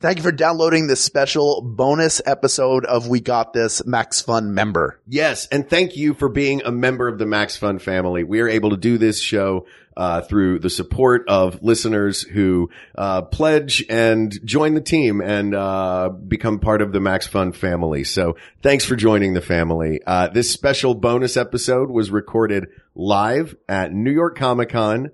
Thank you for downloading this special bonus episode of We Got This Max Fun member. Yes, and thank you for being a member of the Max Fun family. We are able to do this show uh, through the support of listeners who uh, pledge and join the team and uh, become part of the Max Fun family. So thanks for joining the family. Uh, this special bonus episode was recorded live at New York Comic Con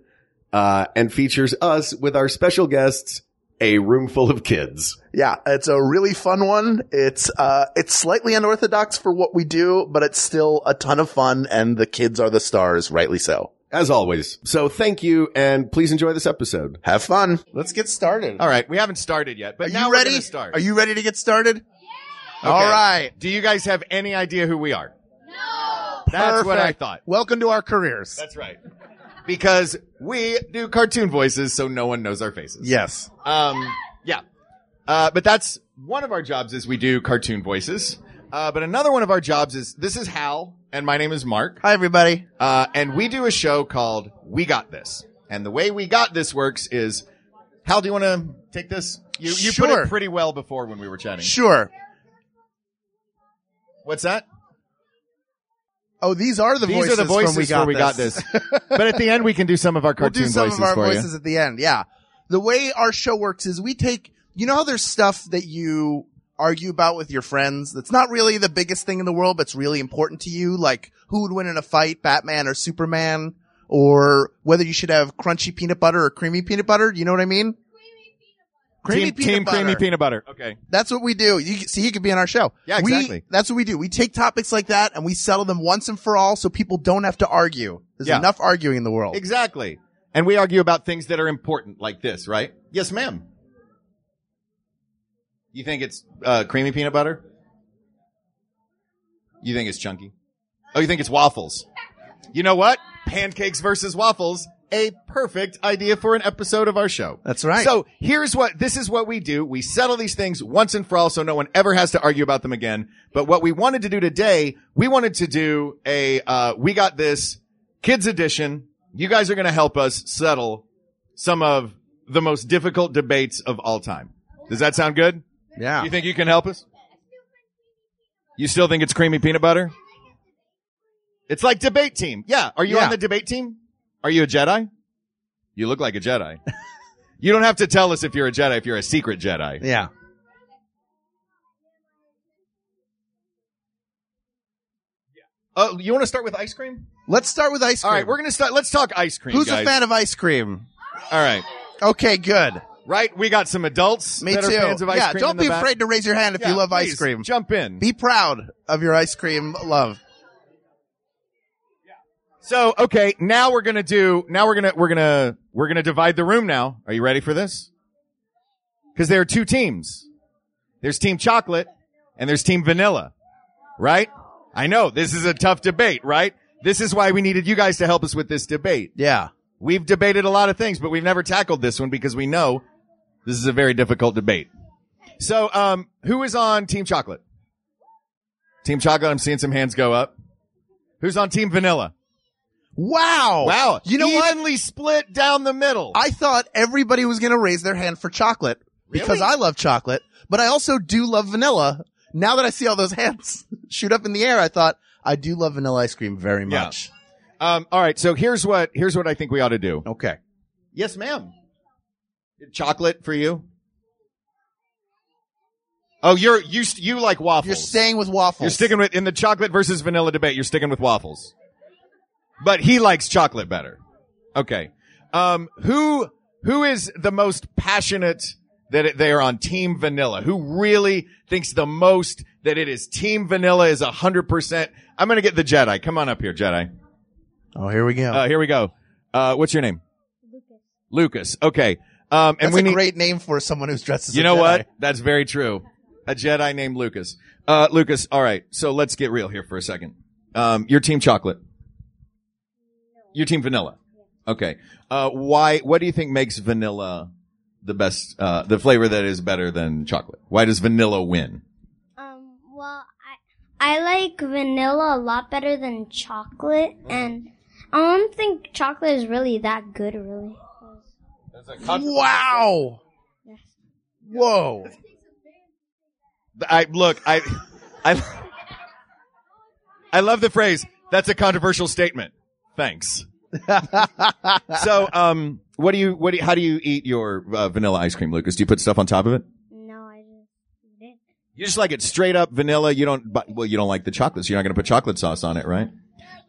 uh, and features us with our special guests, a room full of kids. Yeah, it's a really fun one. It's uh it's slightly unorthodox for what we do, but it's still a ton of fun and the kids are the stars, rightly so. As always. So thank you and please enjoy this episode. Have fun. Let's get started. All right, we haven't started yet, but Are now you we're ready? gonna start. Are you ready to get started? Okay. All right. Do you guys have any idea who we are? No. That's what I Perfect. thought. Welcome to our careers. That's right. Because we do cartoon voices, so no one knows our faces. yes. Um, yeah. Uh, but that's one of our jobs is we do cartoon voices. Uh, but another one of our jobs is this is Hal, and my name is Mark. Hi, everybody. Uh, and we do a show called We Got This. And the way We Got This works is, Hal, do you want to take this? You, you put Sure. it pretty well before when we were chatting. Sure. What's that? Oh, these are the These voices. are the voices from we got where we this. got this. but at the end, we can do some of our we'll cartoon do some voices of our for voices at the end. Yeah. The way our show works is we take, you know how there's stuff that you argue about with your friends that's not really the biggest thing in the world, but it's really important to you, like who would win in a fight, Batman or Superman, or whether you should have crunchy peanut butter or creamy peanut butter. Do you know what I mean? you. Creamy team, team creamy peanut butter. Okay. That's what we do. You see, you could be on our show. Yeah, We- exactly. that's what we do. We take topics like that and we settle them once and for all, so people don't have to argue. There's Yeah. enough arguing in the world. Exactly. And we argue about things that are important, like this, right? Yes, ma'am. You think it's uh, creamy peanut butter? You think it's chunky? Oh, you think it's waffles? You know what? Pancakes versus waffles. A perfect idea for an episode of our show. That's right. So here's what, this is what we do. We settle these things once and for all so no one ever has to argue about them again. But what we wanted to do today, we wanted to do a, uh, we got this kids edition. You guys are going to help us settle some of the most difficult debates of all time. Does that sound good? yeah. You think you can help us? You still think it's creamy peanut butter? It's like debate team. Yeah. Are you Yeah. on the debate team? Are you a Jedi? You look like a Jedi. you don't have to tell us if you're a Jedi, if you're a secret Jedi. yeah. Oh, you want to start with ice cream? Let's start with ice All cream. right. We're going to start. Let's talk ice cream. Who's guys. a fan of ice cream? All right. Okay, good. Right. We got some adults Me that too. are fans of ice yeah, cream. in don't the be back. afraid to raise your hand if Yeah, you love ice please, cream. Jump in. Be proud of your ice cream love. So, okay, now we're gonna do, now we're gonna, we're gonna, we're gonna divide the room now. Are you ready for this? Cause there are two teams. There's Team Chocolate and there's Team Vanilla. Right? I know, this is a tough debate, right? This is why we needed you guys to help us with this debate. Yeah. We've debated a lot of things, but we've never tackled this one because we know this is a very difficult debate. So, um, who is on Team Chocolate? Team Chocolate, I'm seeing some hands go up. Who's on Team Vanilla? Wow. Wow. You know what? Oh, Evenly split down the middle. I thought everybody was going to raise their hand for chocolate because Really? I love chocolate, but I also do love vanilla. Now that I see all those hands shoot up in the air, I thought I do love vanilla ice cream very Yeah. much. um, all right. So here's what, here's what I think we ought to do. Okay. Yes, ma'am. Chocolate for you. Oh, you're, you, st- you like waffles. You're staying with waffles. You're sticking with, in the chocolate versus vanilla debate, you're sticking with waffles. But he likes chocolate better. Okay. Um, who, who is the most passionate that it- they are on team vanilla? Who really thinks the most that it is team vanilla is a hundred percent? I'm going to get the Jedi. Come on up here, Jedi. Oh, here we go. Uh, here we go. Uh, what's your name? Lucas. Lucas. Okay. Um, and That's we a need, great name for someone who's dressed as you a know Jedi. what? That's very true. A Jedi named Lucas. Uh, Lucas, all right. So let's get real here for a second. Um, your team chocolate. Your team vanilla. Okay. Uh, why, what do you think makes vanilla the best, uh, the flavor that is better than chocolate? Why does vanilla win? Um, well, I I like vanilla a lot better than chocolate, and I don't think chocolate is really that good, really. Wow. Whoa. I look, I, I, I love the phrase. That's a controversial statement. Thanks. so, um, what do you, what do you, how do you eat your uh, vanilla ice cream, Lucas? Do you put stuff on top of it? No, I just did. You just like it straight up vanilla. You don't, but, well, you don't like the chocolate, so you're not going to put chocolate sauce on it, right?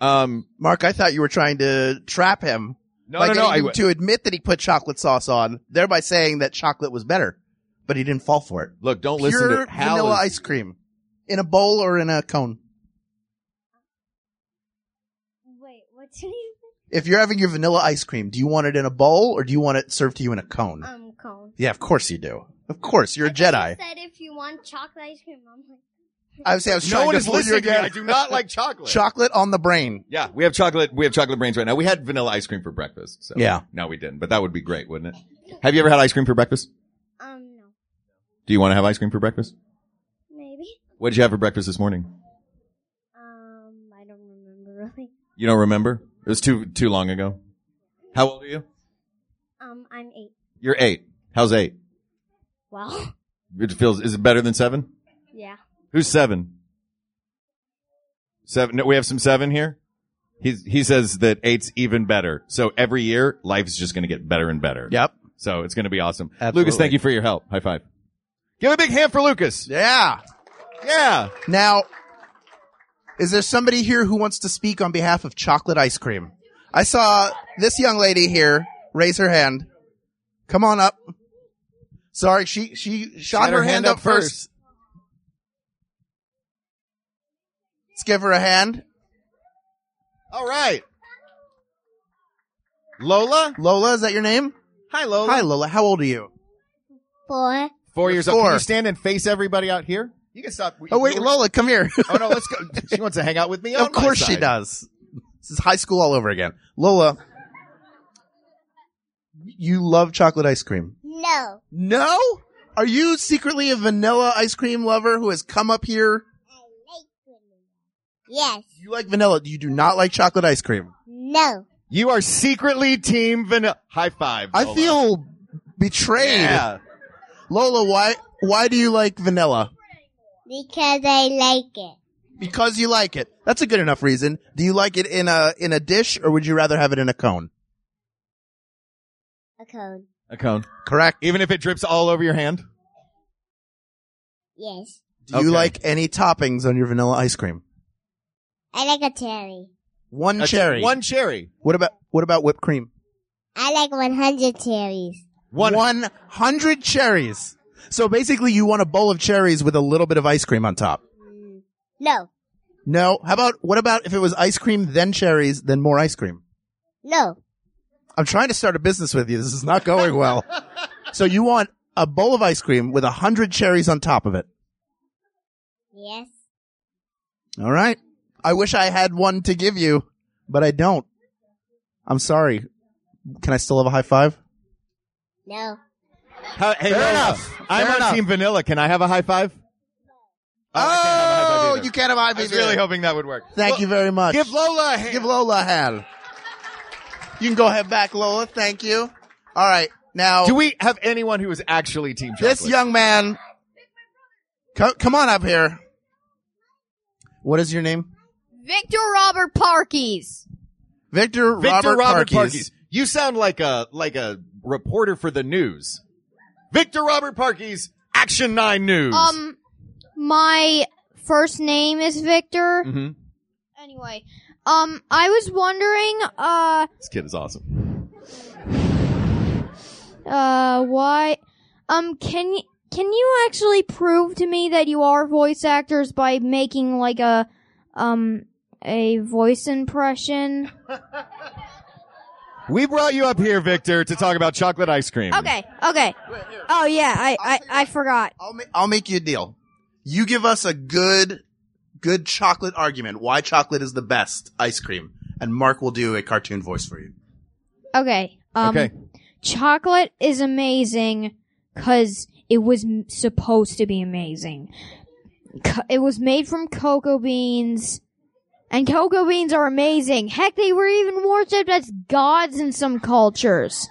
Um, Mark, I thought you were trying to trap him. no, like, no, no. I I, need him to admit that he put chocolate sauce on, thereby saying that chocolate was better, but he didn't fall for it. look, don't listen Pure to Hal. vanilla is- ice cream in a bowl or in a cone. Wait, what did you If you're having your vanilla ice cream, do you want it in a bowl or do you want it served to you in a cone? say? Um, cone. Yeah, of course you do. Of course, you're a Jedi. You said if you want chocolate ice cream, I'm like, I was, I was no trying one to is fool you listening. To me. again. I do not like chocolate. Chocolate on the brain. yeah, we have chocolate. We have chocolate brains right now. We had vanilla ice cream for breakfast. So. Yeah. No, we didn't. But that would be great, wouldn't it? Have you ever had ice cream for breakfast? um, no, Do you want to have ice cream for breakfast? maybe. What did you have for breakfast this morning? Um, I don't remember really. You don't remember? It was too too long ago. How old are you? Um, I'm eight. You're eight. How's eight? Well, It feels is it better than seven? yeah. Who's seven? Seven. No, we have some seven here. He's, he says that eight's even better. So every year, life's just going to get better and better. Yep. So it's going to be awesome. Absolutely. Lucas, thank you for your help. High five. Give a big hand for Lucas. Yeah. Yeah. Now, is there somebody here who wants to speak on behalf of chocolate ice cream? I saw this young lady here raise her hand. Come on up. Sorry, she she shot had her, hand, up first. first. Let's give her a hand. All right. Lola. Lola, is that your name? Hi, Lola. Hi, Lola. How old are you? Boy, Four years old. Four. Can you stand and face everybody out here? You can stop. Oh wait, you- Lola, come here. Oh no, let's go. She wants to hang out with me. on of my course she side. does. This is high school all over again. Lola, you love chocolate ice cream. no. No? Are you secretly a vanilla ice cream lover who has come up here? I like vanilla. Yes. You like vanilla. You do not like chocolate ice cream. No. You are secretly team vanilla. High five. I Lola. feel betrayed. Yeah. Lola, why why do you like vanilla? Because I like it. Because you like it. That's a good enough reason. Do you like it in a in a dish or would you rather have it in a cone? A cone. A cone. Correct. Even if it drips all over your hand. Yes. Do you Okay. like any toppings on your vanilla ice cream? I like a cherry. One A- cherry. One cherry. What about what about whipped cream? I like 100 cherries. One. 100 cherries. So basically you want a bowl of cherries with a little bit of ice cream on top. No. No. How about what about if it was ice cream, then cherries, then more ice cream? No. I'm trying to start a business with you. This is not going well. so you want a bowl of ice cream with a hundred cherries on top of it. Yes. All right. I wish I had one to give you, but I don't. I'm sorry. Can I still have a high five? No. How- Uh, hey, Lola, enough. I'm Fair on enough. team vanilla. Can I have a high five? Oh, I can't have a high five either. you can't have a high I was five. really either. hoping that would work. Thank you very much. Give Lola a hand. Give Lola a hand. You can go ahead back, Lola. Thank you. All right. Now, Do we have anyone who is actually team chocolate? This young man. Come, come on up here. What is your name? Victor Robert Parkies. Victor, Victor Robert, Robert, Parkes. Parkes. You sound like a like a reporter for the news. Victor Robert Parkes, Action Nine News. Um, my first name is Victor. Mhm. Anyway, um, I was wondering, uh, this kid is awesome. uh, why, um, can you can you actually prove to me that you are voice actors by making like a, um, a voice impression? We brought you up here, Victor, to talk about chocolate ice cream. Okay, okay. Oh yeah, I I, I forgot. I'll, ma- I'll make you a deal. You give us a good, good chocolate argument why chocolate is the best ice cream, and Mark will do a cartoon voice for you. Okay. Um, Okay. Chocolate is amazing because it was m- supposed to be amazing. Co- it was made from cocoa beans, and cocoa beans are amazing. Heck, they were even worshipped as gods in some cultures.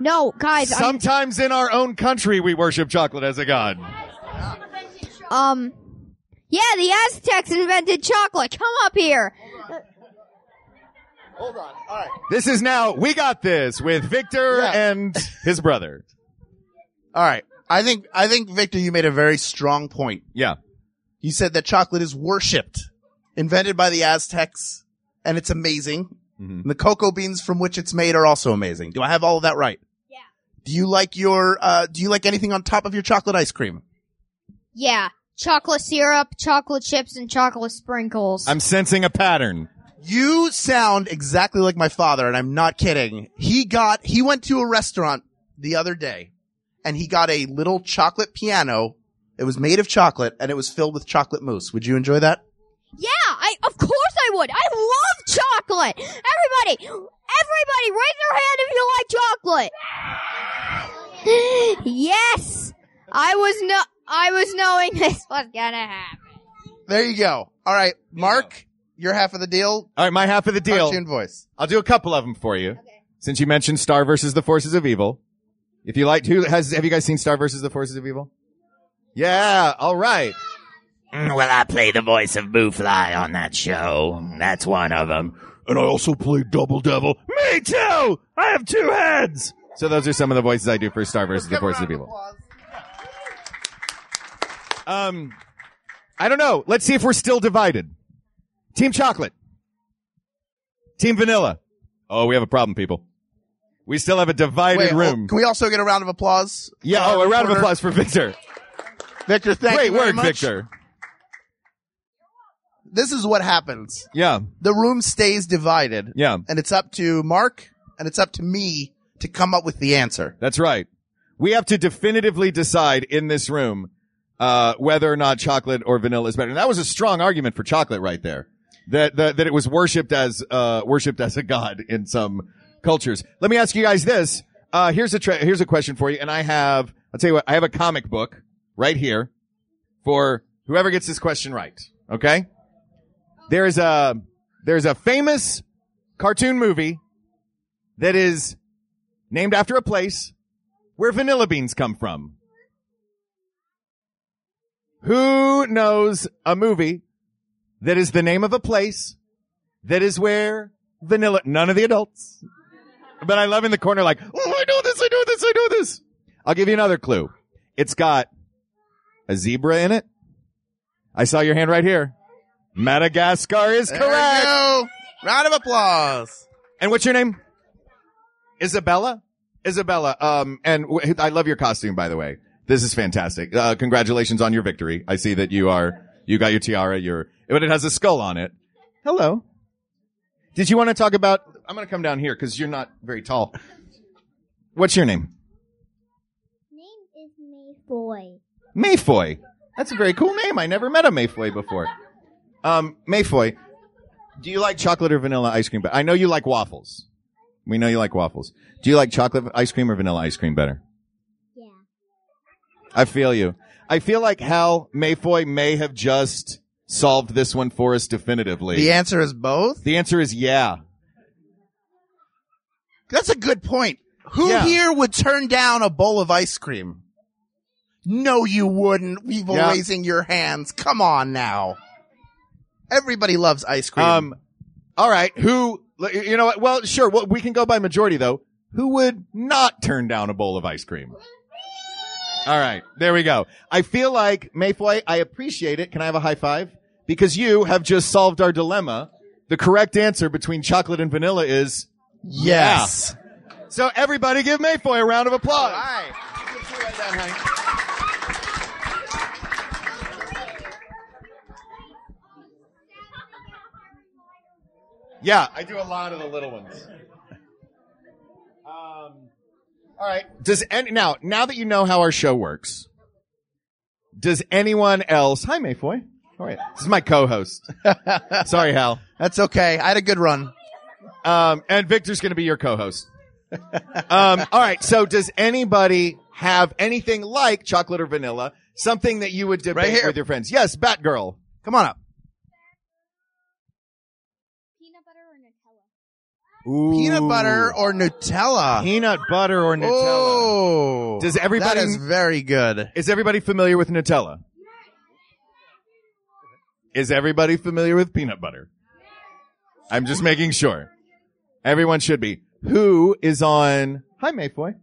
No, guys, I'm, Sometimes in our own country, we worship chocolate as a god. um, yeah, the Aztecs invented chocolate. Come up here. Hold on. All right. This is now we got this with Victor Yeah. and his brother. All right. I think I think Victor, you made a very strong point. Yeah. You said that chocolate is worshipped, invented by the Aztecs, and it's amazing. And the cocoa beans from which it's made are also amazing. Do I have all of that right? Yeah. Do you like your uh do you like anything on top of your chocolate ice cream? Yeah, chocolate syrup, chocolate chips, and chocolate sprinkles. I'm sensing a pattern. You sound exactly like my father, and I'm not kidding. He got, he went to a restaurant the other day and he got a little chocolate piano. It was made of chocolate and it was filled with chocolate mousse. Would you enjoy that? yeah, I of course I would. I love chocolate. Everybody, everybody, raise your hand if you like chocolate. yes, I was no, I was knowing this was gonna happen. There you go. All right. Mark, your half of the deal. All right, my half of the deal. Cartoon voice. I'll do a couple of them for you. Since you mentioned Star versus the Forces of Evil. If you liked, who has, have you guys seen Star versus the Forces of Evil? Yeah, all right. Mm, Well, I play the voice of Moofly on that show. That's one of them. And I also play Double Devil. Me too! I have two heads! So those are some of the voices I do for Star versus the Forces of Evil. Um, I don't know. Let's see if we're still divided. Team Chocolate. Team Vanilla. Oh, we have a problem, people. We still have a divided Wait, hold- room. can we also get a round of applause? yeah, Uh, oh, a round of Porter. applause for Victor. Victor, thank Great you. very work, much. Victor. This is what happens. Yeah, The room stays divided. yeah. And it's up to Mark and it's up to me to come up with the answer. That's right. We have to definitively decide in this room uh, whether or not chocolate or vanilla is better. And that was a strong argument for chocolate right there. That that, that it was worshipped as uh, worshipped as a god in some cultures. Let me ask you guys this. Uh, here's a tra- here's a question for you. And I have I'll tell you what I have a comic book right here for whoever gets this question right. Okay. There is a there's a famous cartoon movie that is named after a place where vanilla beans come from. Who knows a movie that is the name of a place that is where vanilla, none of the adults, but I love in the corner like, oh, I know this, I know this, I know this. I'll give you another clue. It's got a zebra in it. I saw your hand right here. Madagascar is There we correct. go. Round of applause. And what's your name? Isabella? Isabella. Um, and w- I love your costume, by the way. This is fantastic. Uh, congratulations on your victory. I see that you are, you got your tiara, your, but it has a skull on it. Hello. Did you want to talk about, I'm going to come down here because you're not very tall. What's your name? Name is Mayfoy. Mayfoy. That's a very cool name. I never met a Mayfoy before. Um, Mayfoy, do you like chocolate or vanilla ice cream? But I know you like waffles. We know you like waffles. Do you like chocolate ice cream or vanilla ice cream better? Yeah. I feel you. I feel like Hal Mayfoy may have just solved this one for us definitively. The answer is both. The answer is yeah. That's a good point. Who Yeah. here would turn down a bowl of ice cream? No, you wouldn't. Weevil Yeah. raising your hands. Come on now. Everybody loves ice cream. Um, all right. Who, you know what? Well, sure. Well, we can go by majority though. Who would not turn down a bowl of ice cream? All right. There we go. I feel like Mayfoy, I appreciate it. Can I have a high five? Because you have just solved our dilemma. The correct answer between chocolate and vanilla is yes. so everybody give Mayfoy a round of applause. Yeah, I do a lot of the little ones. Um, all right. Does any now now that you know how our show works, does anyone else? Hi, Mayfoy. All right, this is my co-host. Sorry, Hal. That's okay. I had a good run. Um, and Victor's going to be your co-host. Um, all right. So, does anybody have anything like chocolate or vanilla? Something that you would debate Right here. with your friends? Yes, Batgirl. Come on up. Peanut butter or Nutella? Peanut Ooh. butter or Nutella? peanut butter or Nutella. Oh, Does everybody- That is very good. Is everybody familiar with Nutella? Is everybody familiar with peanut butter? I'm just making sure. Everyone should be. Who is on? Hi, Mayfoy.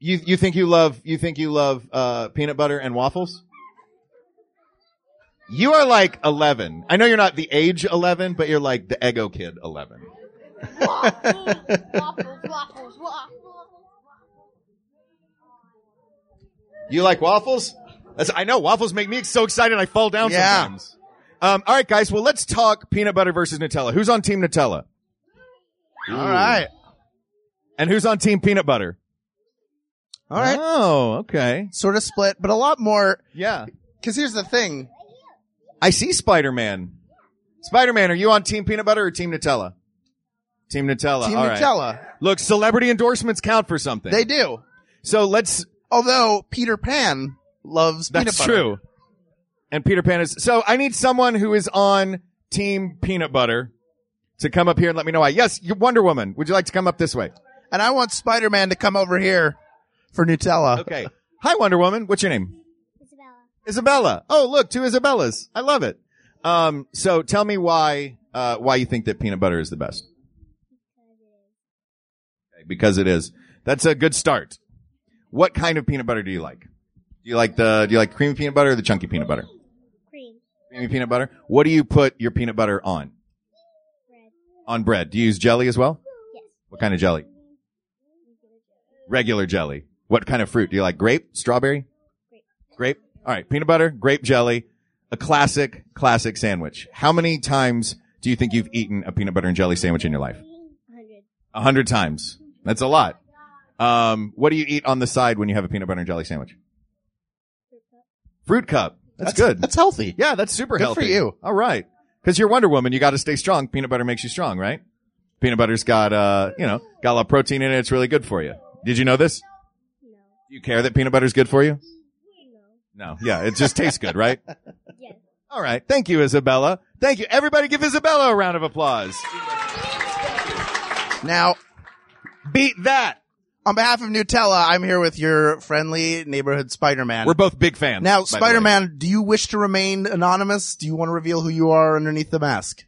You you think you love you think you love uh, peanut butter and waffles? You are like 11. I know you're not the age 11, but you're like the Eggo kid 11. You like waffles? That's, I know waffles make me so excited I fall down Yeah. sometimes. Um, all right, guys. Well, let's talk peanut butter versus Nutella. Who's on team Nutella? All right, And who's on team peanut butter? all right. Oh, okay. Sort of split, but a lot more. Yeah. Because here's the thing. I see Spider Man. Spider Man, are you on team peanut butter or team Nutella? Team Nutella. Team all right. Nutella, Look, celebrity endorsements count for something. they do. so let's Although Peter Pan loves That's peanut butter. true. And Peter Pan is so I need someone who is on team peanut butter to come up here and let me know why. Yes, you- Wonder Woman. Would you like to come up this way? And I want Spider Man to come over here for Nutella. Okay. Hi Wonder Woman. What's your name? Isabella. Isabella. Oh, look, two Isabellas. I love it. Um so tell me why uh why you think that peanut butter is the best. Okay, Because it is. That's a good start. What kind of peanut butter do you like? Do you like the do you like creamy peanut butter or the chunky peanut butter? Cream. creamy peanut butter. What do you put your peanut butter on? Bread. On bread. Do you use jelly as well? Yes. What kind of jelly? Regular jelly. What kind of fruit? Do you like grape, strawberry? Grape. All right. Peanut butter, grape jelly, a classic, classic sandwich. How many times do you think you've eaten a peanut butter and jelly sandwich in your life? 100. A hundred times. That's a lot. Um, what do you eat on the side when you have a peanut butter and jelly sandwich? Fruit cup. That's, good. That's healthy. Yeah, that's super Good healthy. for you. All right. Because you're Wonder Woman, you got to stay strong. Peanut butter makes you strong, right? Peanut butter's got, uh, you know, got a lot of protein in it. It's really good for you. Did you know this? No. Do you care that peanut butter's good for you? No. No. Yeah, it just tastes good, right? Yes. All right. Thank you, Isabella. Thank you. Everybody give Isabella a round of applause. Now, Beat that. on behalf of Nutella, I'm here with your friendly neighborhood Spider Man. We're both big fans. by Now, the way. Spider Man, do you wish to remain anonymous? Do you want to reveal who you are underneath the mask?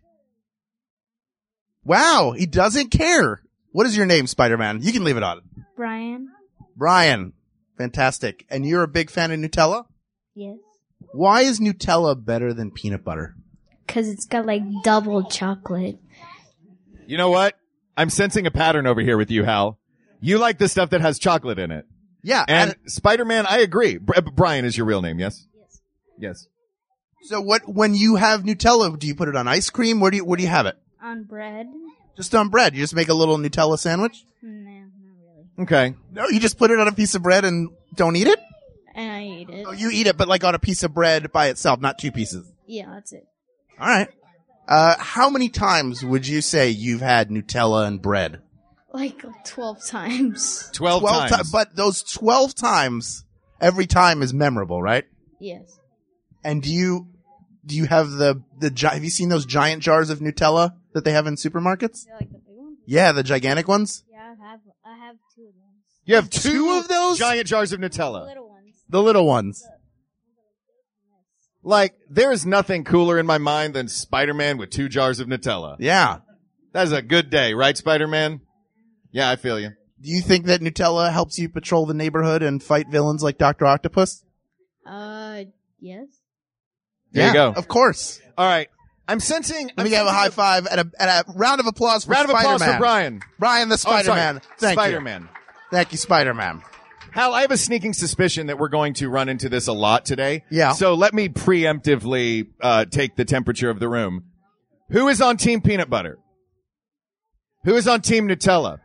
Wow, he doesn't care. What is your name, Spider Man? You can leave it on. Brian. Brian, fantastic. And you're a big fan of Nutella? Yes. Why is Nutella better than peanut butter? Because it's got like double chocolate. You know what? I'm sensing a pattern over here with you, Hal. You like the stuff that has chocolate in it. Yeah. And Spider-Man, I agree. Br- uh, Brian is your real name, yes? Yes. Yes. so what, when you have Nutella, do you put it on ice cream? Where do you, where do you have it? On bread? Just on bread. You just make a little Nutella sandwich? No, not really. Okay. No, you just put it on a piece of bread and don't eat it? And I eat it. Oh, you eat it, but like on a piece of bread by itself, not two pieces. Yeah, that's it. All right. Uh, how many times would you say you've had Nutella and bread? Like 12 times. 12, ti- times. but those 12 times, every time is memorable, right? Yes. And do you, do you have the, the, gi- have you seen those giant jars of Nutella that they have in supermarkets? You like the big ones? Yeah, the gigantic ones? Yeah, I have, I have two of those. you have two, two of those? giant jars of Nutella. Little ones. The little ones. Like, there is nothing cooler in my mind than Spider-Man with two jars of Nutella. Yeah. That is a good day, right, Spider-Man? Yeah, I feel you. Do you think that Nutella helps you patrol the neighborhood and fight villains like Dr. Octopus? Uh, yes. There you Yeah, go. Of course. All right. I'm sensing. Let me have a high five and a, and a round of applause for Round of applause for Spider-Man. Brian. Brian the Oh, sorry. Spider-Man. Thank Spider-Man. you. Thank you, Spider-Man. Hal, I have a sneaking suspicion that we're going to run into this a lot today. Yeah. So let me preemptively uh, take the temperature of the room. Who is on Team Peanut Butter? Who is on Team Nutella?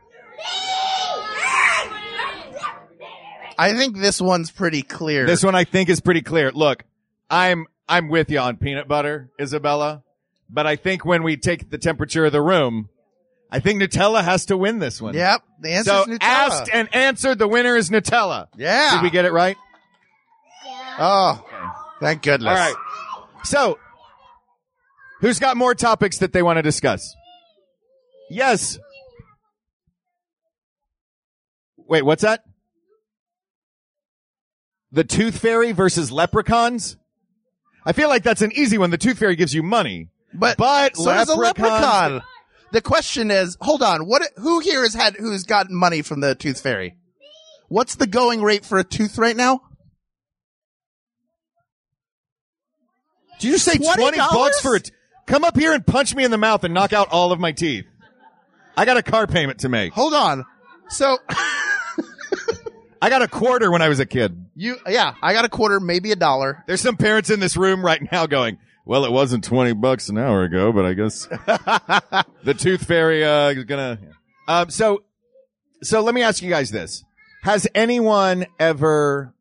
I think this one's pretty clear. This one I think is pretty clear. Look, I'm I'm with you on peanut butter, Isabella, but I think when we take the temperature of the room, I think Nutella has to win this one. Yep. The answer So is Nutella. asked and answered, the winner is Nutella. yeah. Did we get it right? oh, thank goodness. All right. So Who's got more topics that they want to discuss? Yes. Wait, what's that? The Tooth Fairy versus Leprechauns? I feel like that's an easy one. The Tooth Fairy gives you money. But, But so does a leprechauns- leprechaun. The question is, hold on, what? Who here has had who's gotten money from the tooth fairy? What's the going rate for a tooth right now? Did you say 20 bucks for it? Come up here and punch me in the mouth and knock out all of my teeth. I got a car payment to make. Hold on. So I got a quarter when I was a kid. you, yeah, I got a quarter, maybe a dollar. There's some parents in this room right now going, well, it wasn't 20 bucks an hour ago, but I guess the tooth fairy, uh, is gonna, um, so, so let me ask you guys this. Has anyone ever,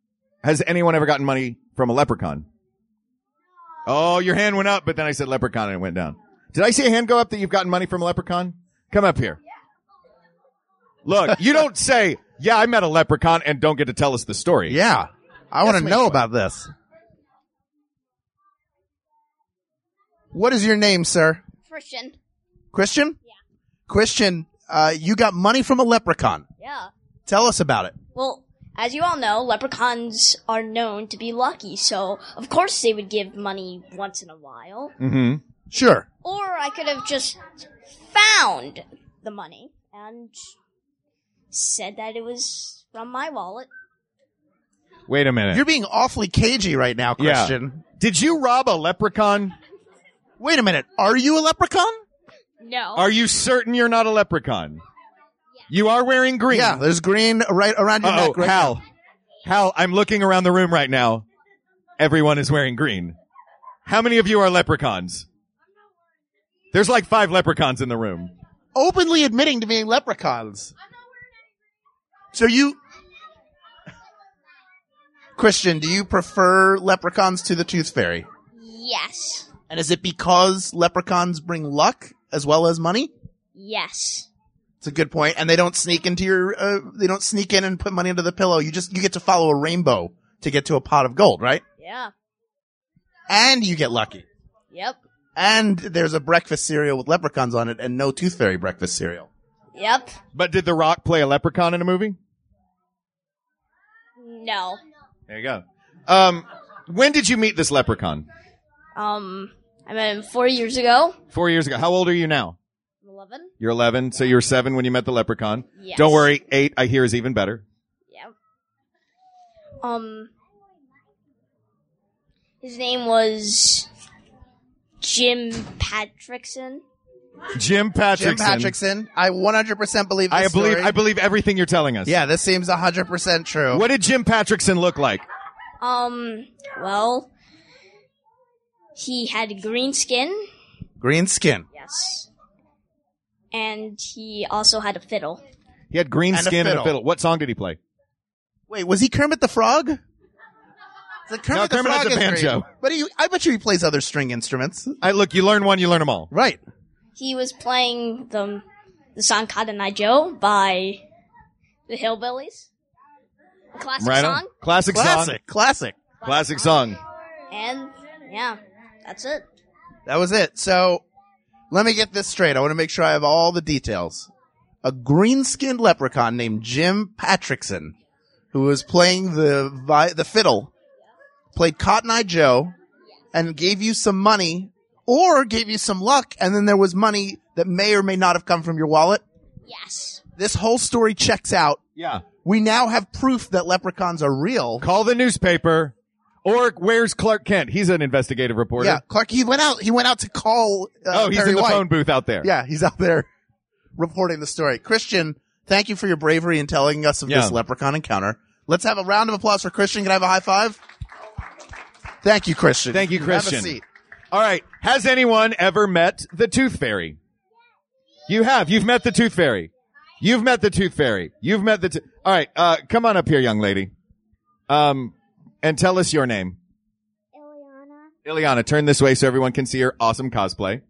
has anyone ever gotten money from a leprechaun? Oh, your hand went up, but then I said leprechaun and it went down. Did I see a hand go up that you've gotten money from a leprechaun? Come up here. Look, you don't say, yeah, I met a leprechaun and don't get to tell us the story. Yeah, I want to know about this. What is your name, sir? Christian. Christian? Yeah. Christian, uh, you got money from a leprechaun. Yeah. Tell us about it. Well, as you all know, leprechauns are known to be lucky, so of course they would give money once in a while. Mm-hmm. Sure. Or I could have just found the money and said that it was from my wallet. Wait a minute. You're being awfully cagey right now, Yeah. Christian. Did you rob a leprechaun? Wait a minute. Are you a leprechaun? No. Are you certain you're not a leprechaun? You are wearing green. Yeah, there's green right around your Uh neck. oh, Right Hal. Hal, I'm looking around the room right now. Everyone is wearing green. How many of you are leprechauns? There's like five leprechauns in the room. Openly admitting to being leprechauns. So you, Christian, do you prefer leprechauns to the tooth fairy? yes. And is it because leprechauns bring luck as well as money? Yes. It's a good point, and they don't sneak into your. Uh, they don't sneak in and put money under the pillow. You just you get to follow a rainbow to get to a pot of gold, right? Yeah. And you get lucky. Yep. And there's a breakfast cereal with leprechauns on it, and no tooth fairy breakfast cereal. Yep. But did The Rock play a leprechaun in a movie? No. There you go. Um, when did you meet this leprechaun? Um, I mean, four years ago. Four years ago. How old are you now? Eleven. You're 11, so you were seven when you met the leprechaun. Yes. Don't worry, eight I hear is even better. Yeah. Um. His name was Jim Patrickson. Jim Patrickson. Jim Patrickson, I 100% believe. This I believe story. I believe everything you're telling us. yeah, this seems 100% true. What did Jim Patrickson look like? Um. Well, he had green skin. Green skin Yes. And he also had a fiddle. He had green And a skin and a fiddle. fiddle. What song did he play? Wait, was he Kermit the Frog? The Kermit No, the Kermit has Frog a is green. banjo. But he, I bet you he plays other string instruments. I look, you learn one, you learn them all. Right. He was playing the the song "Kadanai Joe" by the Hillbillies. A classic Right on. song. Classic, song. Classic. Classic. Classic song. And yeah, that's it. That was it. So let me get this straight. I want to make sure I have all the details. A green skinned leprechaun named Jim Patrickson, who was playing the vi- the fiddle, played Cotton Eye Joe, and gave you some money or gave you some luck, and then there was money that may or may not have come from your wallet. Yes. This whole story checks out. Yeah. We now have proof that leprechauns are real. Call the newspaper. Or where's Clark Kent? He's an investigative reporter. Yeah, Clark. He went out. He went out to call. Uh, oh, he's Perry in the White. phone booth out there. Yeah, he's out there reporting the story. Christian, thank you for your bravery in telling us of Yeah. this leprechaun encounter. Let's have a round of applause for Christian. Can I have a high five? Thank you, Christian. Thank you, Christian. Have a seat. All right. Has anyone ever met the Tooth Fairy? You have. You've met the Tooth Fairy. You've met the Tooth Fairy. You've met the. To- All right. Uh, come on up here, young lady. Um, and tell us your name. Ileana. Ileana, turn this way so everyone can see your awesome cosplay.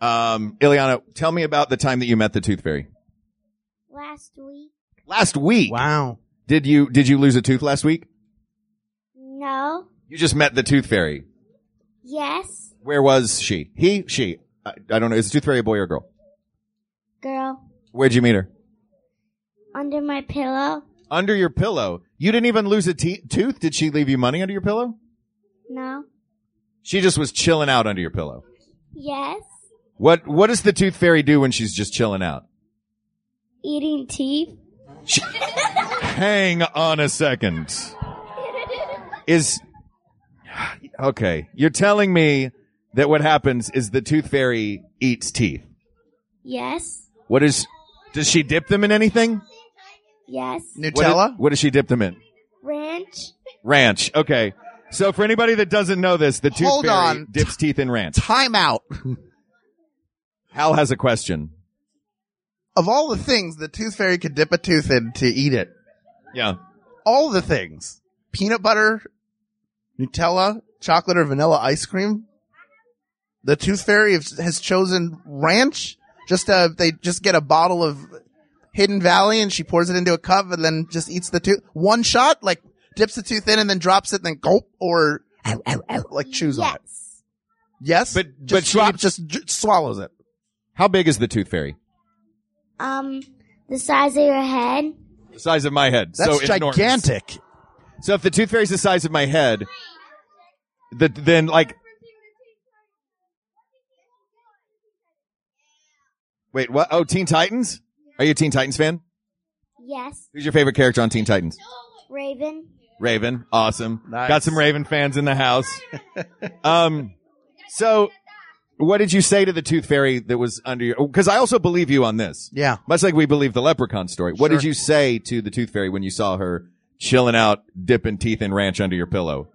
Um, Ileana, tell me about the time that you met the Tooth Fairy. Last week. Last week. Wow. Did you, did you lose a tooth last week? No. You just met the Tooth Fairy. Yes. Where was she? He? She? I, I don't know. Is Tooth Fairy a boy or a girl? Girl, Where'd you meet her? under my pillow? Under your pillow. You didn't even lose a te- tooth. Did she leave you money under your pillow? No. She just was chilling out under your pillow. Yes. What What does the Tooth Fairy do when she's just chilling out? Eating teeth? Hang on a second. Is okay. You're telling me that what happens is the Tooth Fairy eats teeth. Yes. What is? Does she dip them in anything? Yes. What Nutella? do- what does she dip them in? Ranch? Ranch. Okay. So for anybody that doesn't know this, the Tooth Hold Fairy on. dips teeth in ranch. Time out. Hal has a question. Of all the things the tooth fairy could dip a tooth in to eat it, Yeah. all the things peanut butter, Nutella, chocolate, or vanilla ice cream. The Tooth Fairy has- has chosen ranch. Just uh, they just get a bottle of Hidden Valley and she pours it into a cup and then just eats the tooth one shot. Like dips the tooth in and then drops it, and then gulp or like chews on it. Yes. Yes, But- just, but she drop- just j- swallows it. How big is the Tooth Fairy? Um, the size of your head? The size of my head. That's so enormous. gigantic. So if the Tooth Fairy's the size of my head, the, then like, wait, what? Oh, Teen Titans? Are you a Teen Titans fan? Yes. Who's your favorite character on Teen Titans? Raven? Raven. Awesome. Nice. Got some Raven fans in the house. um, so what did you say to the Tooth Fairy that was under your, oh, cause I also believe you on this. Yeah. Much like we believe the leprechaun story. What did Sure. you say to the Tooth Fairy when you saw her chilling out, dipping teeth in ranch under your pillow?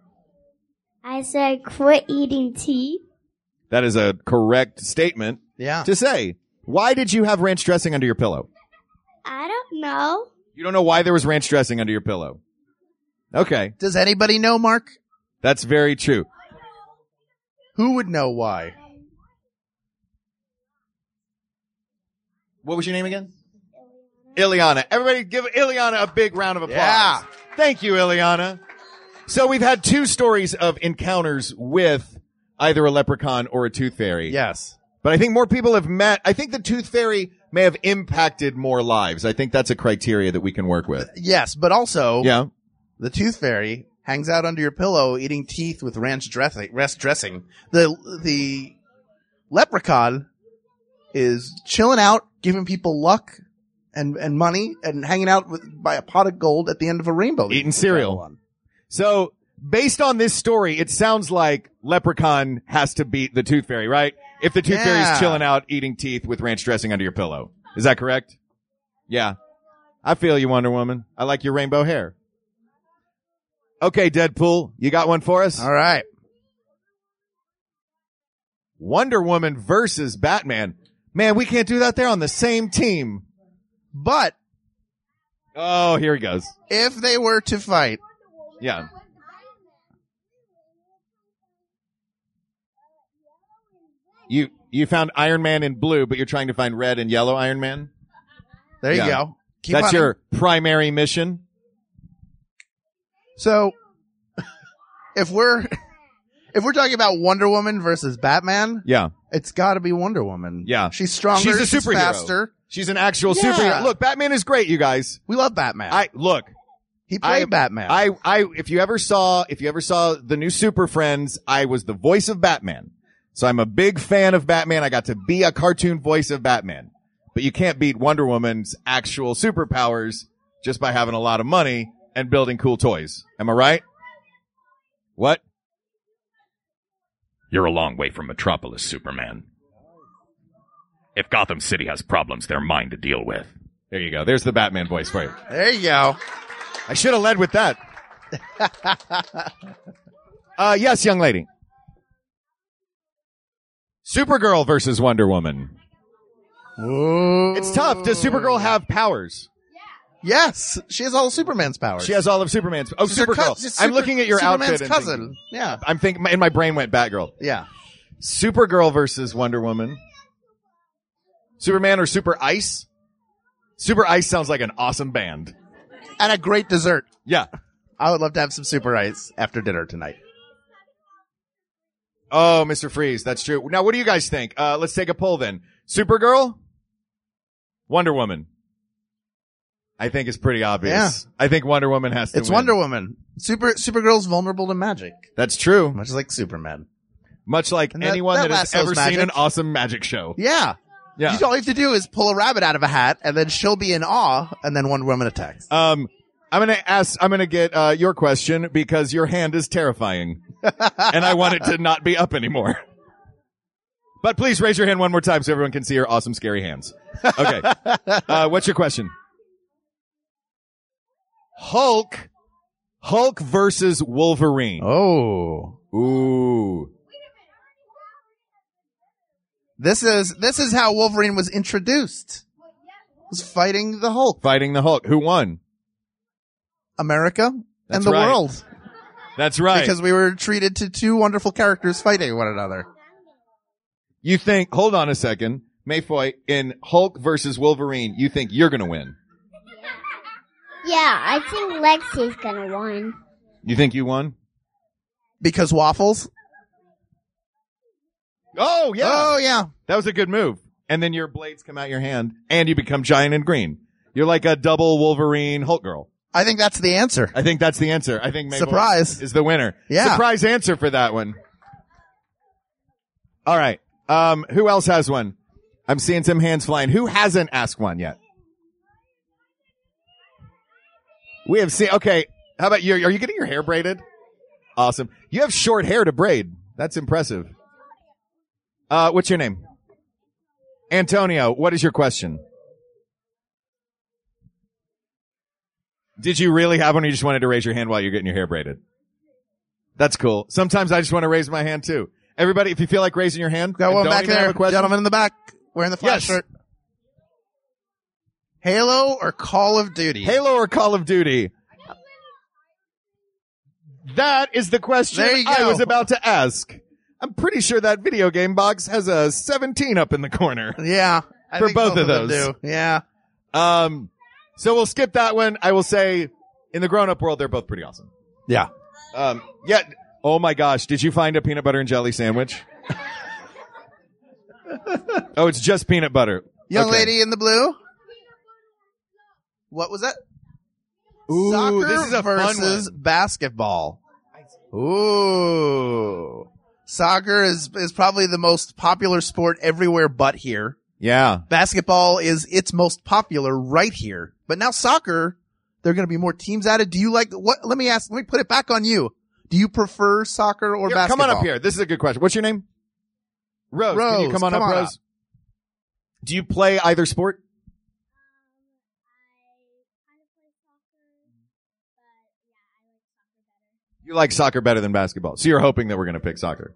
I said quit eating teeth. That is a correct statement Yeah. to say. Why did you have ranch dressing under your pillow? I don't know. You don't know why there was ranch dressing under your pillow. Okay. Does anybody know, Mark? That's very true. Who would know why? What was your name again? Ileana. Everybody give Ileana a big round of applause. Yeah. Thank you, Ileana. So we've had two stories of encounters with either a leprechaun or a tooth fairy. Yes. But I think more people have met. I think the tooth fairy may have impacted more lives. I think that's a criteria that we can work with. Yes, but also Yeah. the tooth fairy hangs out under your pillow eating teeth with ranch dressing. Rest dressing. The the leprechaun is chilling out, giving people luck and and money, and hanging out with by a pot of gold at the end of a rainbow. Eating cereal. On. So based on this story, it sounds like Leprechaun has to beat the Tooth Fairy, right? If the Tooth Yeah. Fairy's chilling out eating teeth with ranch dressing under your pillow. Is that correct? Yeah. I feel you, Wonder Woman. I like your rainbow hair. Okay, Deadpool, you got one for us? All right. Wonder Woman versus Batman. Man, we can't do that. They're on the same team. But Oh, here he goes. if they were to fight, Yeah. You you found Iron Man in blue, but you're trying to find red and yellow Iron Man. there you Yeah. go. Keep That's on it. your primary mission. So if we're if we're talking about Wonder Woman versus Batman, Yeah, it's got to be Wonder Woman. Yeah. she's stronger. She's She's a superhero. faster. she's an actual Yeah. superhero. Look, Batman is great, you guys. We love Batman. I look. he played I- Batman. I I if you ever saw if you ever saw the new Super Friends, I was the voice of Batman. So I'm a big fan of Batman. I got to be a cartoon voice of Batman. But you can't beat Wonder Woman's actual superpowers just by having a lot of money and building cool toys. Am I right? What? You're a long way from Metropolis, Superman. If Gotham City has problems, they're mine to deal with. There you go. There's the Batman voice for you. there you go. I should have led with that. uh, yes, young lady. Supergirl versus Wonder Woman. It's tough. Does Supergirl have powers? Yes, she has all of Superman's powers. She has all of Superman's. Oh, She's her cous- Supergirl. she's I'm Super- looking at your Superman's outfit. and cousin. thinking- yeah, I'm thinking, my- and my brain went Batgirl. yeah. Supergirl versus Wonder Woman. Superman or Super Ice? Super Ice sounds like an awesome band. And a great dessert. Yeah. I would love to have some super ice after dinner tonight. Oh, Mr. Freeze, that's true. Now, what do you guys think? Uh, let's take a poll then. Supergirl? Wonder Woman? I think it's pretty obvious. I think Wonder Woman has to It's win. Wonder Woman. Super Supergirl's vulnerable to magic, That's true. much like Superman. Much like And that- anyone that that, has lasso's ever magic. seen an awesome magic show. Yeah. Yeah. You- all you have to do is pull a rabbit out of a hat, and then she'll be in awe, and then Wonder Woman attacks. Um, I'm gonna ask, I'm gonna get, uh, your question because your hand is terrifying. and I want it to not be up anymore. But please raise your hand one more time so everyone can see your awesome scary hands. Okay. uh, what's your question? Hulk, Hulk versus Wolverine. Oh. Ooh. This is this is how Wolverine was introduced. Was fighting the Hulk, Fighting the Hulk. Who won? America That's and the right. world, That's right. because we were treated to two wonderful characters fighting one another. you think, hold on a second. Mayfoy, in Hulk versus Wolverine, you think you're gonna win. Yeah, I think Lexi's gonna win. You think you won? Because waffles. Oh, yeah. Oh yeah. That was a good move. And then your blades come out your hand and you become giant and green. You're like a double Wolverine Hulk girl. I think that's the answer. I think that's the answer. I think Mabel Surprise. is the winner. Yeah. Surprise answer for that one. All right. Um, who else has one? I'm seeing some hands flying. Who hasn't asked one yet? We have seen, okay. How about you? Are you getting your hair braided? Awesome. You have short hair to braid. That's impressive. Uh, what's your name? Antonio, what is your question? Did you really have one or you just wanted to raise your hand while you're getting your hair braided? That's cool. Sometimes I just want to raise my hand too. Everybody, if you feel like raising your hand, Got and one don't back even have there, a question- gentleman in the back wearing the flash Yes. shirt. Halo or Call of Duty? Halo or Call of Duty? That is the question There you I go. was about to ask. I'm pretty sure that video game box has a 17 up in the corner. Yeah, I For think both of them those. do. Yeah, Um, so we'll skip that one. I will say in the grown up world, they're both pretty awesome. yeah. Um, yeah. Oh my gosh. Did you find a peanut butter and jelly sandwich? oh, it's just peanut butter. Young Okay. lady in the blue. What was that? Ooh, Soccer this is a versus fun one. basketball. Ooh, soccer is is probably the most popular sport everywhere but here. Yeah. Basketball is its most popular right here. But now soccer, there are going to be more teams added. Do you like what? Let me ask. Let me put it back on you. Do you prefer soccer or Here, basketball? Come on up here. This is a good question. What's your name? Rose. Can you Rose, come on come up, on Rose? Do you play either sport? You like soccer better than basketball. So you're hoping that we're going to pick soccer.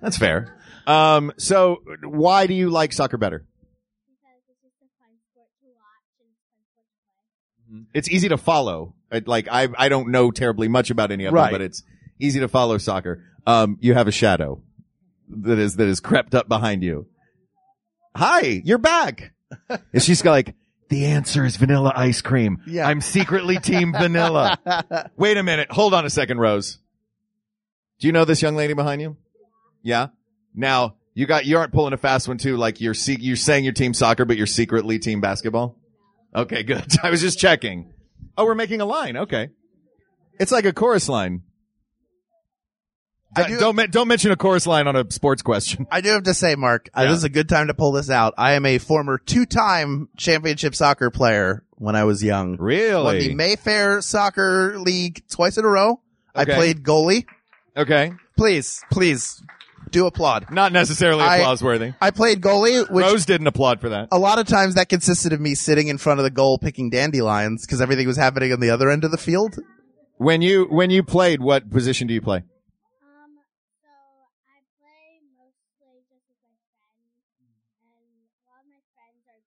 That's fair. Um, so why do you like soccer better? It's easy to follow. I- Like I, I don't know terribly much about any of Right. them, but it's easy to follow soccer. Um, you have a shadow that is that is crept up behind you. Hi, you're back. and she's like, the answer is vanilla ice cream. Yeah. I'm secretly team vanilla. Wait a minute. Hold on a second, Rose. Do you know this young lady behind you? Yeah. Now you got you aren't pulling a fast one too. Like you're se- you're saying you're team soccer, but you're secretly team basketball. Okay, good. I was just checking. Oh, we're making a line. Okay, it's like a chorus line. I Do- do- not don't mention a chorus line on a sports question. I do have to say, Mark, uh, this is a good time to pull this out. I am a former two-time championship soccer player when I was young. Won the Really? Mayfair Soccer League twice in a row. Okay. I played goalie. okay, Please, please do applaud. not necessarily I- applause worthy. I played goalie, which Rose didn't applaud for that. a lot of times that consisted of me sitting in front of the goal picking dandelions because everything was happening on the other end of the field. When you when you played, what position do you play? Um, so I play mostly just with my friends, and a lot of my friends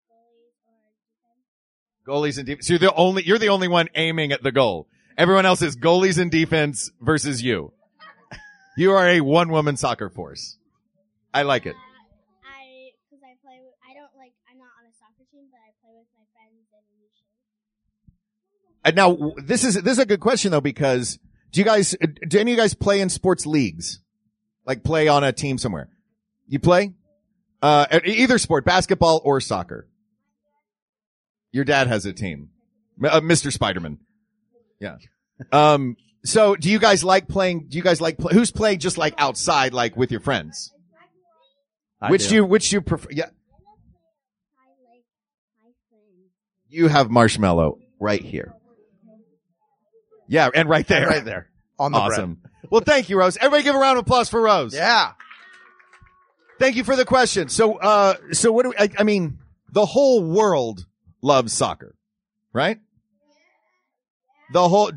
are Goalies goalies or defense. and defense. So you're the only you're the only one aiming at the goal. Everyone else is goalies and defense versus you. You are a one woman soccer force. I like it. I, because I play, with, I don't like, I'm not on a soccer team, but I play with my friends and usually. And Uh, now w- uh, this is this is a good question though because do you guys do any of you guys play in sports leagues? like play on a team somewhere. You play, uh, at either sport, basketball or soccer. Your dad has a team, M- uh, Mr. Spiderman. Yeah. Um, so do you guys like playing? Do you guys like play, who's playing just like outside, like with your friends? I which do. you, which you prefer? Yeah. I like my friends. You have marshmallow right here. Yeah. And right there. right there on the bread. Awesome. Well, thank you, Rose. Everybody give a round of applause for Rose. Yeah. Thank you for the question. So, uh, so what do we, I, I mean, the whole world loves soccer, right? The whole,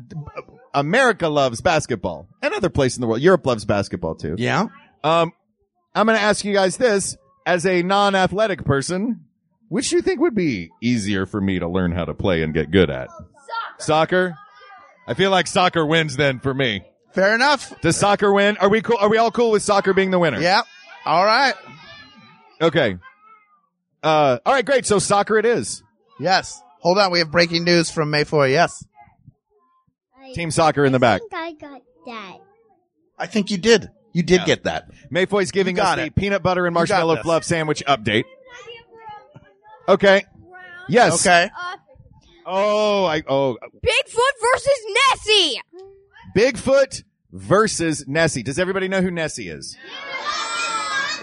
America loves basketball. Another place in the world. Europe loves basketball too. Yeah. Um, I'm going to ask you guys this as a non-athletic person, which do you think would be easier for me to learn how to play and get good at? Soccer. I feel like soccer wins then for me. Fair enough. Does soccer win? Are we cool? Are we all cool with soccer being the winner? Yeah. All right. Okay. Uh, all right, great. So soccer it is. Yes. Hold on. We have breaking news from Mayfoy. Yes. I Team soccer in the back. think I got that. I think you did. You did get that. Mayfoy's giving You us got the it. peanut butter and You got marshmallow this. fluff sandwich update. Okay. Yes. Okay. Uh, Oh, I, oh, Bigfoot versus Nessie. Bigfoot versus Nessie. Does everybody know who Nessie is?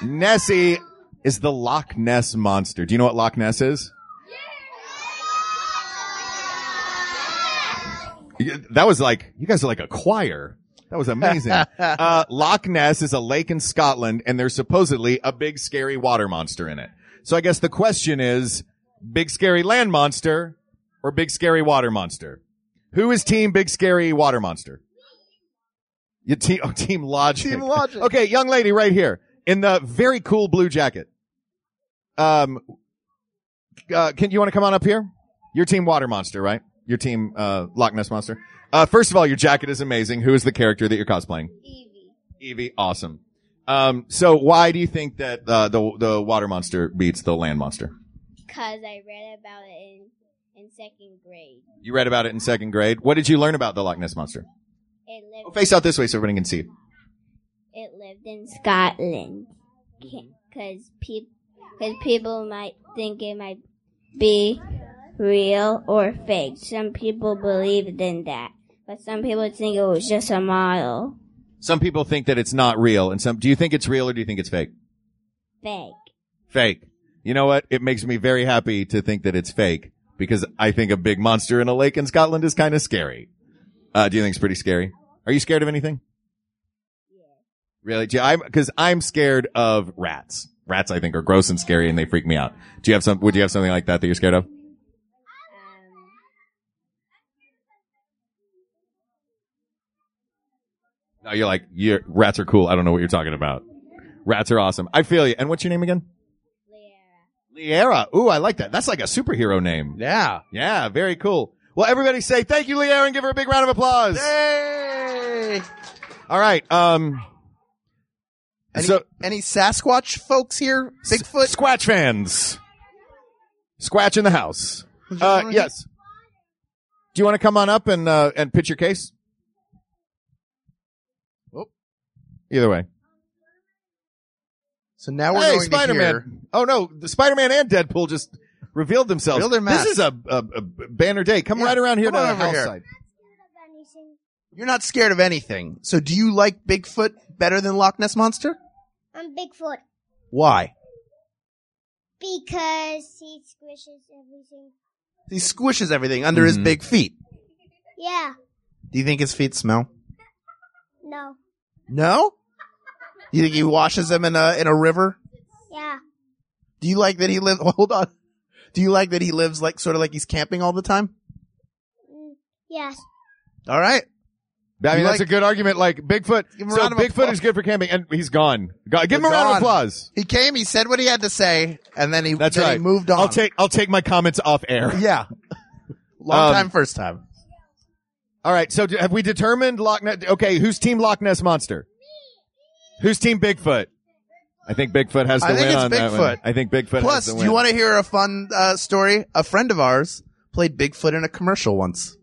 Nessie is the Loch Ness monster. Do you know what Loch Ness is? You- That was like, you guys are like a choir. That was amazing. uh, Loch Ness is a lake in Scotland and there's supposedly a big scary water monster in it. So I guess the question is big scary land monster or big scary water monster? Who is team big scary water monster? Your team, oh, team logic. Team Logic. okay, young lady right here in the very cool blue jacket. Um, uh, can you want to come on up here? Your team water monster, right? Your team uh, Loch Ness monster. Uh, first of all, your jacket is amazing. Who is the character that you're cosplaying? Evie. Evie, awesome. Um, so why do you think that uh, the the water monster beats the land monster? Because I read about it in, in second grade. You read about it in second grade. What did you learn about the Loch Ness monster? It lived, Oh, face out this way so everybody can see. it lived in Scotland. Because peop cause people might think it might be real or fake. Some people believed in that. But some people think it was just a model. Some people think that it's not real, and some. Do you think it's real or do you think it's fake? Fake. Fake. You know what? It makes me very happy to think that it's fake because I think a big monster in a lake in Scotland is kind of scary. Uh, do you think it's pretty scary? Are you scared of anything? Really? Do you, I'm because I'm scared of rats. Rats, I think, are gross and scary, and they freak me out. Do you have some? Would you have something like that that you're scared of? Um, No, you're like, you're, rats are cool. I don't know what you're talking about. Rats are awesome. I feel you. And what's your name again? Liera. Liera. Ooh, I like that. That's like a superhero name. Yeah. Yeah, very cool. Well, everybody say thank you, Liera, and give her a big round of applause. Yay. All right. Um, Any, So- any Sasquatch folks here? Bigfoot? Squatch fans. Squatch in the house. Uh, yes. Do you want to come on up and, uh, and pitch your case? Oh. Either way. so now we're going to hear. Oh no, the Spider-Man and Deadpool just revealed themselves. Revealed their masks. This is a, a, a banner day. Come Yeah, right around here come on to the over here. house side. You're not scared of anything. So do you like Bigfoot better than Loch Ness Monster? I'm Bigfoot Why? because he squishes everything. He squishes everything under his Mhm. big feet. Yeah, Do you think his feet smell? no, No? You think he washes them in a in a river? yeah, Do you like that he lives? Hold on. Do you like that he lives like sort of like he's camping all the time? yes. All right. I mean, You that's like- a good argument. Like Bigfoot. Give him a So round of Bigfoot applause. is good for camping and he's gone. Go- Give him a He's round of gone. applause. He came. He said what he had to say, and then he That's then right. He moved on. I'll take, I'll take my comments off air. Yeah. Long Um, time, first time. All right. So do- have we determined Loch Ness? Okay. Who's team Loch Ness monster? Who's team Bigfoot? I think Bigfoot has the I think win it's on that one. Bigfoot. I think Bigfoot has Plus, the do win. you want to hear a fun uh, story? A friend of ours played Bigfoot in a commercial once.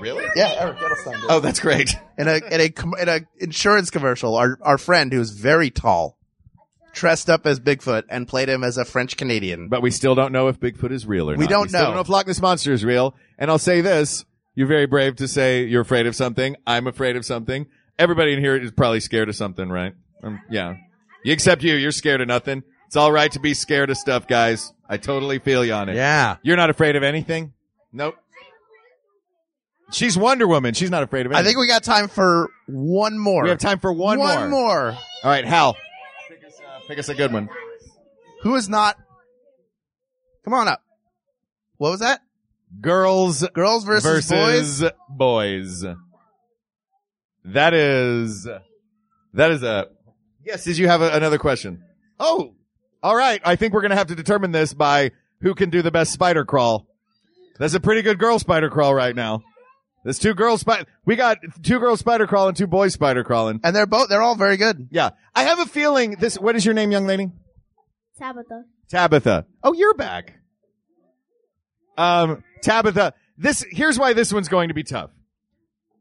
Really? Yeah, Eric Edelstein did. Oh, that's great. in a in a com- in a insurance commercial. Our our friend who was very tall, dressed up as Bigfoot and played him as a French Canadian. But we still don't know if Bigfoot is real or not. We don't still know. don't know if Loch Ness Monster is real. And I'll say this. You're very brave to say you're afraid of something. I'm afraid of something. Everybody in here is probably scared of something, right? Um, yeah. You except you. You're scared of nothing. It's all right to be scared of stuff, guys. I totally feel you on it. Yeah, You're not afraid of anything? Nope. She's Wonder Woman. She's not afraid of I anything. think we got time for one more. we have time for one, one more. more. All right, Hal. Pick us, uh, pick us a good one. Who is not? Come on up. What was that? Girls Girls versus, boys. versus boys. That is that is a yes. Did you have a, another question? Oh, all right. I think we're gonna have to determine this by who can do the best spider crawl. That's a pretty good girl spider crawl right now. There's two girls spider. We got two girls spider crawling, two boys spider crawling. And they're both. They're all very good. Yeah, I have a feeling this. What is your name, young lady? Tabitha. Tabitha. Oh, you're back. Um, Tabitha, this, here's why this one's going to be tough.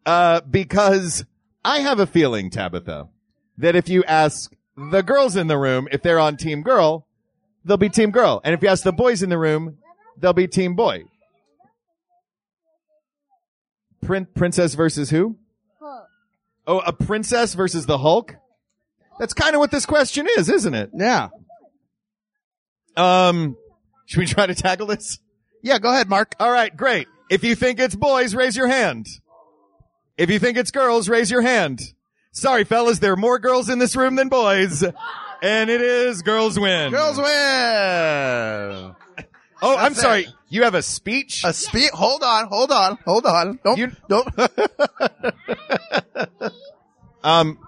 Uh, because I have a feeling, Tabitha, that if you ask the girls in the room if they're on team girl, they'll be team girl. And if you ask the boys in the room, they'll be team boy. Prin- princess versus who? Hulk. Oh, a princess versus the Hulk? That's kind of what this question is, isn't it? Yeah. Um, should we try to tackle this? Yeah. Go ahead, Mark. All right, great. If you think it's boys, raise your hand. If you think it's girls, raise your hand. Sorry, fellas, there are more girls in this room than boys. And it is girls win. Girls win. Oh, I'm That's it. sorry. You have a speech? A speed. Hold on. Hold on. Hold on. Don't. You- don't. um,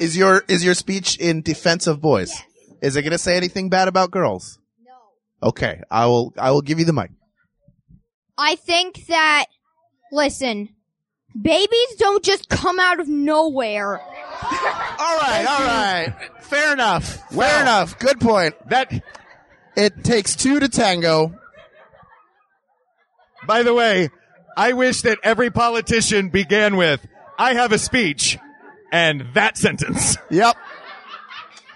Is your is your speech in defense of boys? Is it going to say anything bad about girls? No. Okay, I will I will give you the mic. I think that, listen, babies don't just come out of nowhere. All right, all right. Fair enough. Fair enough. Good point. that, It takes two to tango. by the way, I wish that every politician began with, I have a speech and that sentence. Yep.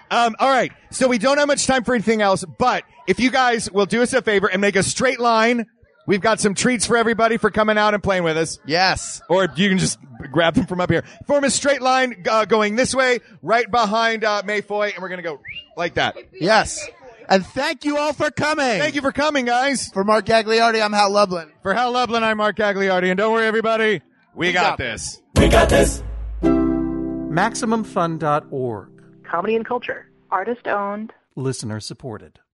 Um, all right. So we don't have much time for anything else, but if you guys will do us a favor and make a straight line, we've got some treats for everybody for coming out and playing with us. Yes. Or you can just grab them from up here. Form a straight line uh, going this way, right behind uh, Mayfoy, and we're going to go like that. Yes. And thank you all for coming. Thank you for coming, guys. For Mark Gagliardi, I'm Hal Lublin. For Hal Lublin, I'm Mark Gagliardi, and don't worry, everybody, we got this. MaximumFun.org. comedy and culture. Artist owned. Listener supported.